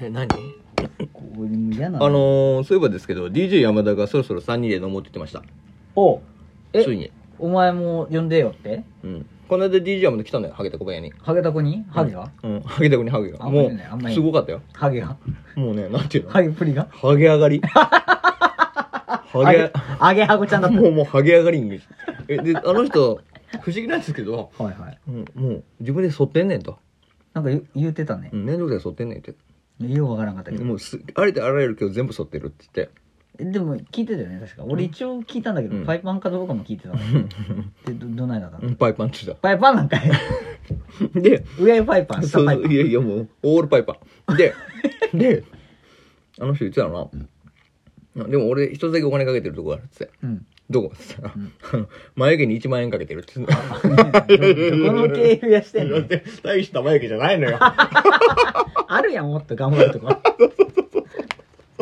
え何これも嫌なあのー、そういえばですけど DJ 山田がそろそろ3人で飲もうって言ってましたおついに、お前も呼んでよってうん、この間 DJ 山田来たんだよハゲタコ部屋にハゲタコにハゲが、うんハゲタコにハゲがあも危ないねあんまうりすごかったよハゲがも うねなんていうのハゲプリがハゲ上 がりハゲハゲハゴちゃんだっもうもうハゲ上がりにえであの人不思議なんですけど、たはいはいうん、もう自分で剃ってんねんとなんか言言うてたねう、ん面倒くさい剃ってんねんってようわからんかったけど、もうすあれとあらゆる今日全部剃ってるって言ってえでも聞いてたよね確か俺一応聞いたんだけど、うんパイパンかどうかも聞いてたのでどどないだったの、うんパイパンって言っパイパンな んかいたで上パイパン下そうパそイうパンいやいやもうオールパイパー でであの人言ってたのな、でも俺一つだけお金かけてるとこがあるっつってうんどこっつったら、あの眉毛に1万円かけてるっつってどどこの経由増やして んの大した眉毛じゃないのよあるやんもっと頑張るとこ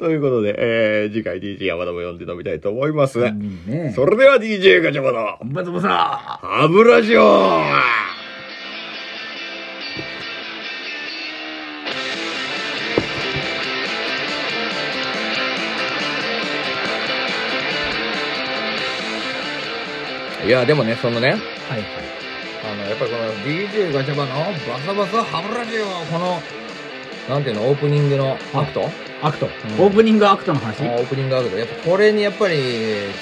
ということで、えー、次回 DJ 山田も呼んで飲みたいと思います、いいねそれでは DJ ガチャバのバツボサ歯ブラシをいやでもねそのねはいはいあのやっぱりこの DJ ガチャバのバサバサ歯ブラシをこのなんていうのオープニングのアクトアクト、んオープニングアクトの話あオープニングアクトやっぱこれにやっぱり2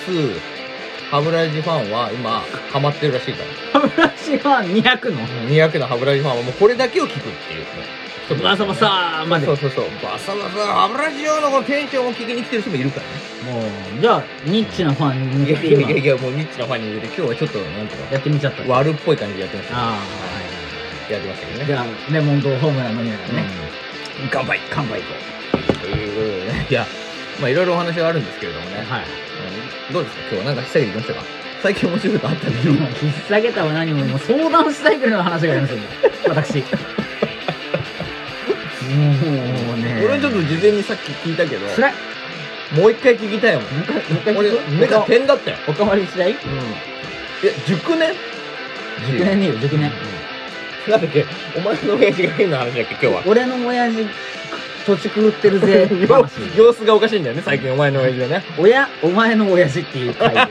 歯ブラシファンは今ハマってるらしいから歯ブラシは200の200の歯ブラシファンはもうこれだけを聞くっていう人もいるからねバサバサまでそうそうそうバサバサ歯ブラシ用のこのテンションを聞きに来てる人もいるからねもうじゃあニッチなファンに向いけやていや今いやいやもうニッチなファンに入れて今日はちょっとなんていうやってみちゃったの悪っぽい感じでやってましたああやってましたけどはねいじゃあレモンとホームランの匂いだね、うん乾杯乾杯いこということでねいやまあいろいろお話はあるんですけれどもうね、はいうんどうですか今日なんかしたりできましたか最近面白いことあったんでしょうか引っ提げたは何ももう相談したいくらいの話がありますよね私もうね俺ちょっと事前にさっき聞いたけどつらいもう一回聞きたいもんもう一回もう一俺回聞く目が点だったよおかわりしたいうん。え、熟年熟年ねえよ熟年なんだっけお前の親父が変な話だっけ今日は。俺の親父土地狂ってる ぜ様話様子がおかしいんだよね、最近お前の親父が ね。親お前の親父っていう回です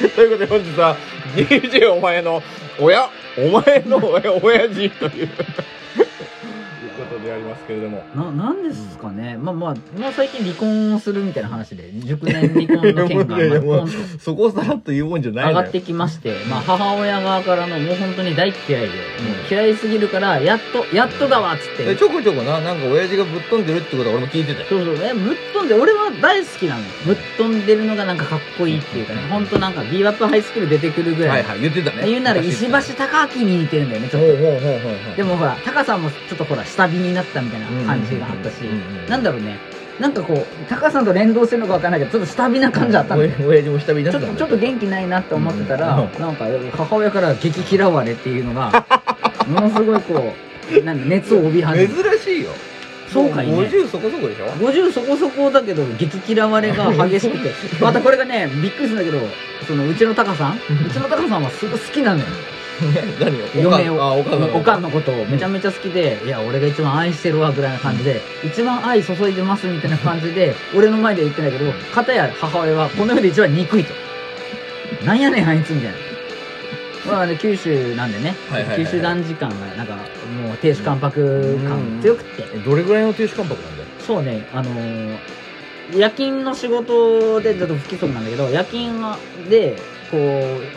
けどということで本日は、DJ お前の親、お前の親、親父ということでありますけれども。ななんですかね、まあまあ、まあ、最近離婚をするみたいな話で熟年離婚の件がいやいやいやまあポンとそこをさらっと言うもんじゃない上のがよ。ってきまして、まあ、母親側からのもう本当に大っ嫌いで、もう嫌いすぎるからやっとやっとだわっつって、えちょこちょこな、なんか親父がぶっ飛んでるってことは俺も聞いてたよ。そうそうえぶっ飛んで俺は大好きなのよぶっ飛んでるのがなんかかっこいいっていうかね本当なんかビーバップハイスクール出てくるぐら、はいいはい、言ってたね。言うなら石昔橋貴明に似てるんだよねちょっほうとほうほうほうほう。でもほらタカさんもちょっとほら下火になったみたいな感じがあったし、うんうんうんうんなんだろうねなんかこうタカさんと連動してるのかわかんないけどちょっと下火な感じだったのよお親父も下火になちっょてったとんだちょっと元気ないなって思ってたら、うんなんか母親から激嫌われっていう のがものすごいこうなんか熱を帯び始め珍しいよそうかいねも50そこそこでしょ50そこそこだけど激嫌われが激しくてまたこれがねびっくりするんだけどそのうちのタカさんうちのタカさんはすごい好きなのよ何よ 嫁をあお母さんおかんのことをめちゃめちゃ好きで、いや俺が一番愛してるわぐらいな感じで、一番愛注いでますみたいな感じで俺の前では言ってないけど片や母親はこの世で一番憎いとなんやねんあいつみたいなまあね九州なんでね、はいはいはいはい九州男児感がなんかもう亭主関白感強くて、えどれぐらいの亭主関白なんだよそうねあのー夜勤の仕事でちょっと不規則なんだけど夜勤でこ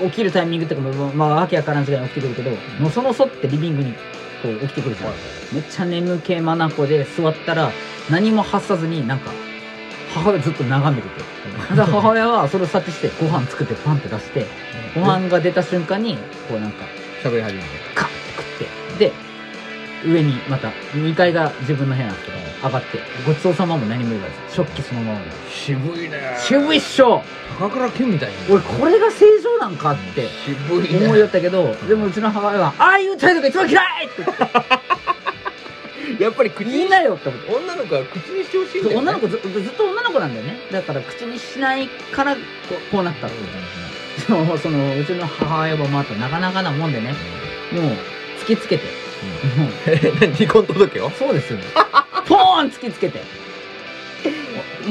う起きるタイミングってかまあまあわけわからん時間に起きてくるけど、のそのそってリビングにこう起きてくるじゃん、めっちゃ眠気まなこで座ったら何も発さずになんか母親ずっと眺めててで母親はそれを察知してご飯作ってパンって出してご飯が出た瞬間にこうなんか喋り始めてカッて食ってで上にまた2階が自分の部屋なんですけど上がってごちそうさまも何も言わず食器そのまま渋いね渋いっしょ高倉健みたいに俺これが正常なんかって渋いね思いよったけどでもうちの母親は「ああいう態度が一番嫌い!」ってやっぱり口言にいなよって思って女の子は口にしてほしいんだよ、ね、女の子ずずっと女の子なんだよねだから口にしないからこうこうなったっていうでもそのうちの母親もまたなかなかなもんでねもう突きつけてもう え何離婚届よそうですよ。ポーン突きつけて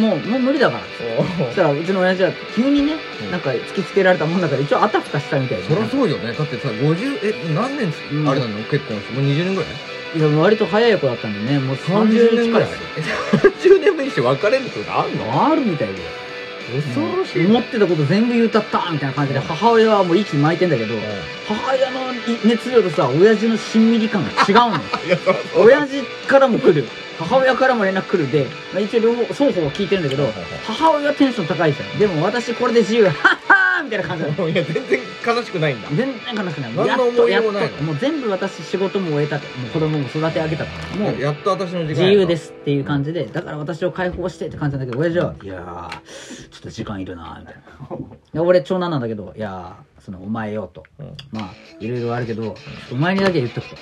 もうもう無理だからそしたらうちの親父は急にねうんなんか突きつけられたもんだから一応あたふたしたみたいで、そりゃそうよね。だってさ、50、え、何年、うんあれなの結婚して。もう20年ぐらいいやもう割と早い子だったんでねもう30 ?30 年年近ぐいらでいすよ。え30年目にして別れるってことあんのあるみたいで恐ろしい。思ってたこと全部言うたったみたいな感じでうん母親はもう息巻いてんだけどう母親の熱量とさ親父のしんみり感が違うの んいや、そらそう親父からも来る母親からも連絡来るで、まあ、一応両方双方聞いてるんだけど母親はテンション高いじゃんでも私これで自由はっはーみたいな感じなのいや、全然悲しくないんだ。全然悲しくない何の思い入れもないのやっとやっともう全部私仕事も終えたともう子供も育て上げたとももうう、やっと私の時間や自な由で。すっていう感じでだから私を解放してって感じなんだけど親父はいやーちょっと時間いるなーみたいなで俺長男なんだけどいやーそのお前よとうんまあいろいろあるけどちょっとお前にだけ言っとくと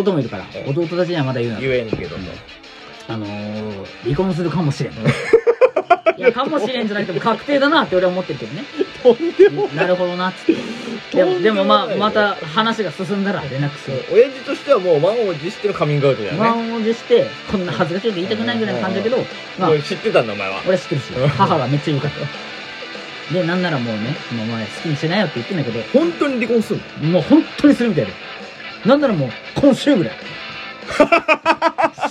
弟もいるから弟たちにはまだ言うな言えんけども。あのー、離婚するかもしれんいやかもしれんじゃなくても確定だなって俺は思ってるけどねとんでも なるほどなっつってでもでもまあまた話が進んだら連絡する親父としてはもう満を持してのカミングアウトだよね満を持してこんな恥ずかしいこと言いたくないぐらいの感じだけどまあおい知ってたんだお前は俺は知ってるし母がめっちゃ言うからでなんならもうねもうお前好きにしなよって言ってんだけど本当に離婚するのもう本当にするみたいでなんならもう今週ぐらい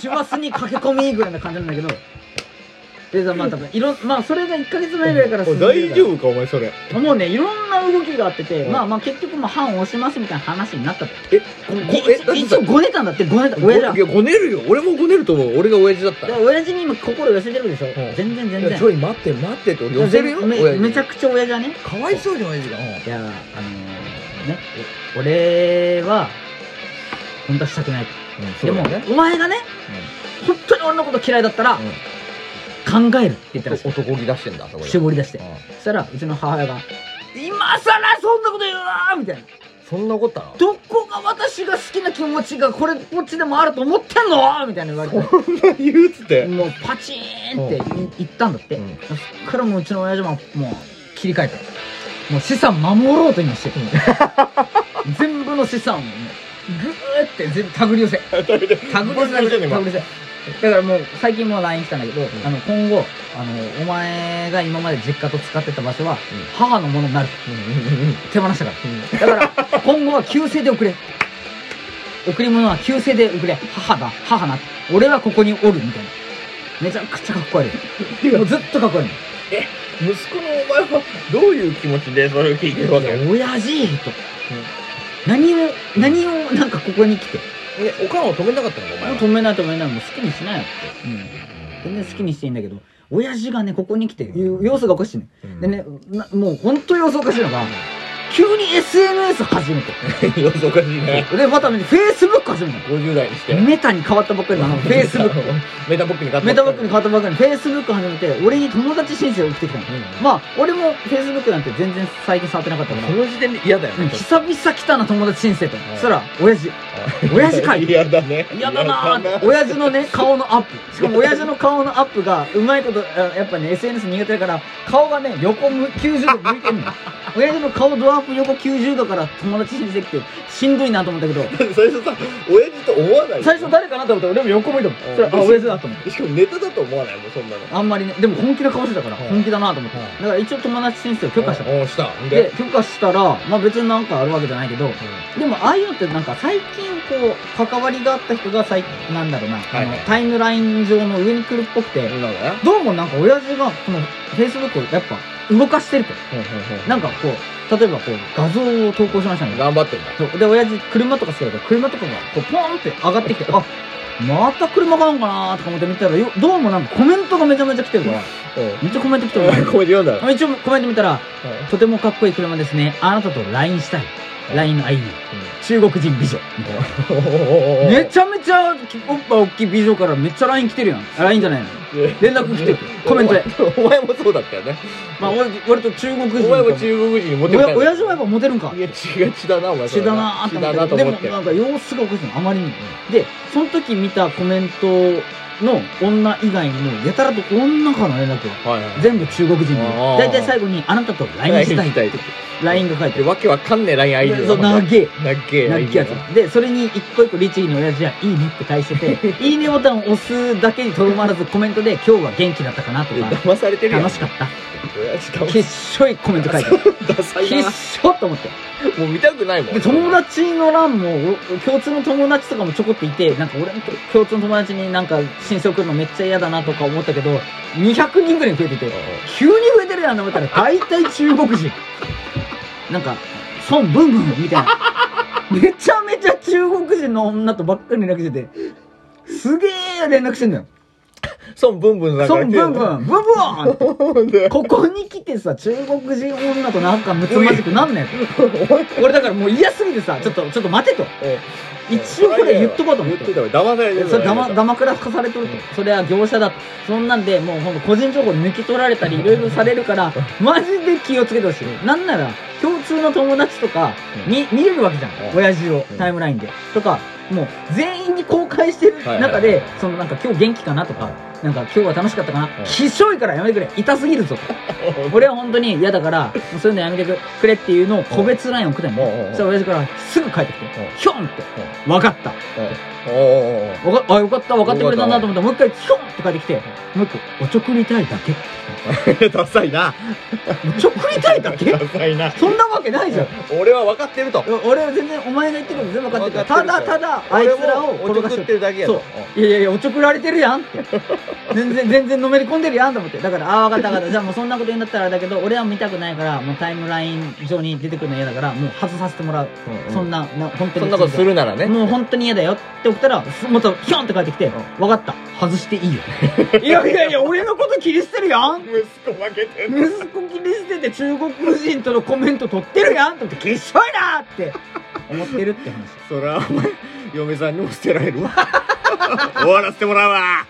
師走に駆け込みぐらいな感じなんだけどでさまあ多分いろんまあそれが1ヶ月前ぐらいからおいんでる大丈夫かお前それからもうねいろんな動きがあってて、うんまあまあ結局もう判を押しますみたいな話になったとえこえだって一応ごねたんだってごねた親だいやごねるよ俺もごねると思う俺が親父だっただからら親父に今心寄せてるでしょ、ん全然全いや、然ちょい待って、待ってって俺寄せるよ。親め父めちゃくちゃ親父はねかわいそうじゃん、親父が。うんいやあのー、ねお俺は本当はしたくないとうんでそうもだよね。お前がね本当に俺のこと嫌いだったら、考えるって言ったらしい男気出してんだ、そこで。絞り出してうんそしたらうちの母親が「今さらそんなこと言うな!」みたいなそんなことあ「どこが私が好きな気持ちがこれっぽっちでもあると思ってんの?」みたい な言われて言うっつってもうパチーンってい言ったんだって、うんそっからもううちの親父ももう切り替えてもう資産守ろうと今 してる、全部の資産をもうグーって全部手繰り寄せタグですタグですタグですだからもう最近もう LINE 来たんだけど、あの今後あのお前が今まで実家と使ってた場所は母のものになる、手放したから、だから今後は旧姓で送れ贈り物は旧姓で送れ母だ母な俺はここにおるみたいなめちゃくちゃかっこ悪いもうずっとかっこ悪い息子のお前はどういう気持ちでそれを聞いてるわけいや親父と、何を何をなんかここに来てえ、おかんを止めなかったのか、お前もうは。止めない止めないもう好きにしなよって、全然好きにしていいんだけど親父がねここに来ていう様子がおかしいね、うん でねなもう本当様子おかしいのが急に SNS 始めて様子おかしいねでまたね Facebook 始めた50代にしてのメタに変わったばっかり なの Facebook メタボックに買ったメタバックに変わったばっかりの Facebook 始めて俺に友達申請送ってきたの、まあ俺も Facebook なんて全然最近触ってなかったからその時点で嫌だようんね。久々来たな友達申請と、んそしたら親父親父かい嫌だね嫌だなーって親父のね顔のアップしかも親父の顔のアップがうまいことあやっぱね SNS 苦手だから顔がね横む90度向いてんの よ親父の顔ドアップ横90度から友達申請来てしんどいなと思ったけど最初さ親父と思わない最初誰かなと思ったら俺も横向いたもんそれあ親父だと思ってしかもネタだと思わないもんそんなのあんまりねでも本気な顔してたからはい本気だなと思ってはいだから一応友達申請を許可したのおおしたんでで許可したらまあ別になんかあるわけじゃないけどでもああいうのってなんか最近こう関わりがあった人が最なんだろうな、はいはいあのタイムライン上の上に来るっぽくて、うん。なんだよ。どうもなんか親父がこの Facebook をやっぱ動かしてるとなんかこう例えばこう画像を投稿しましたね頑張ってんだそうで親父車とか好きだから車とかがこうポーンって上がってきてあまた車買うんかなーとか思って見てたらよどうもなんかコメントがめちゃめちゃ来てるからめっちゃコメント来てる からこれ読んだら一応コメント見たら、とてもかっこいい車ですね。あなたと LINE したい。LINE の ID。中国人美女。みたいなめちゃめちゃ、おっぱ大きい美女からめっちゃ LINE 来てるやん。あ LINE じゃないの。連絡来てる。コメントで。お前もそうだったよねまあ、俺、割と中国人。お前も中国人にモテおや親父はやっぱモテるんかい。や血が血だなお前血だな血ーだなってと思思っ。っててでもなんか様子がおかしいの。あまりにも。で、その時見たコメントの女以外にもやたらと女からの連絡がはいはい全部中国人であー大体最後に「あなたと LINE したい」って LINE が書いてでるわけわかんねえ LINE アイディそうな長えっけえなっきやつでそれに一個一個律儀に親父は「いいね」って返して て「いいね」ボタンを押すだけにとどまらずコメントで「今日は元気だったかな」とか騙され「てるやん 楽しかった」親父き騙っしょいコメント書い てるダサいきっなしょと思ってもう見たくないもんで友達の欄もお共通の友達とかもちょこっていてなんか俺の共通の友達になんか申請送るのめっちゃ嫌だなとか思ったけど200人ぐらい増えてて急に増えてるやんと思ったら大体中国人なんか孫文文みたいなめちゃめちゃ中国人の女とばっかり連絡しててすげえ連絡してんのよ孫文文さんか孫ら来て文る文文文ってでここに来てさ、中国人女と仲むつまじくなんねん。俺だからもう嫌すぎてさ、ちょっと、ちょっと待てと。一応これ言っとこうと思っ言ってて。たわ騙されてるそれだま、だまくらかされとると。それは業者だと。そんなんで、もうほんと個人情報抜き取られたり、いろいろされるから、マジで気をつけてほしい。なんなら、共通の友達とか、に、見れるわけじゃんう。ん親父をう、んタイムラインで。とか、もう、全員に公開してるはい中はいはいで、そのなんか今日元気かなとか、なんか今日は楽しかったかな。きしょいからやめてくれ。痛すぎるぞ。 俺は本当に嫌だから、もうそういうのやめてくれっていうのを個別ライン送ったんうんうんうね。んそしたら親父からすぐ帰ってきてう、ひょんって、分かった。おおおわかあ、よかった、分かってくれたんだと思ったら、もう一回ひょんって帰ってきて、もう一個、おちょくりたいだけ。おダサいなおちょくりたいだけ ダサいなそんなわけないじゃん。俺は分かってると俺は全然、お前が言ってること全部分かってるから、た分かっだてるただ、あいつらを俺もおち転ょがくしっててるだけやとそういやいやいや、おちょくられて るやんって。全然、全然のめり込んでるやんと思って。だから、ああ、わかったわかった。じゃあもうそんなこと言うんだったらあれだけど、俺は見たくないから、もうタイムライン上に出てくるの嫌だから、もう外させてもらう。うんうんそんな、な本当に。そんなことするならねもう本当に嫌だよって送ったら、すもっとヒョンって帰ってきて、わかった。外していいよ。いやいやいや、俺のこと切り捨てるやん息子負けて息子切り捨てて中国人とのコメント取ってるやんと思って、きっしょいなーって思ってるって話。そらお前嫁さんにも捨てられるわ 終わらせてもらうわ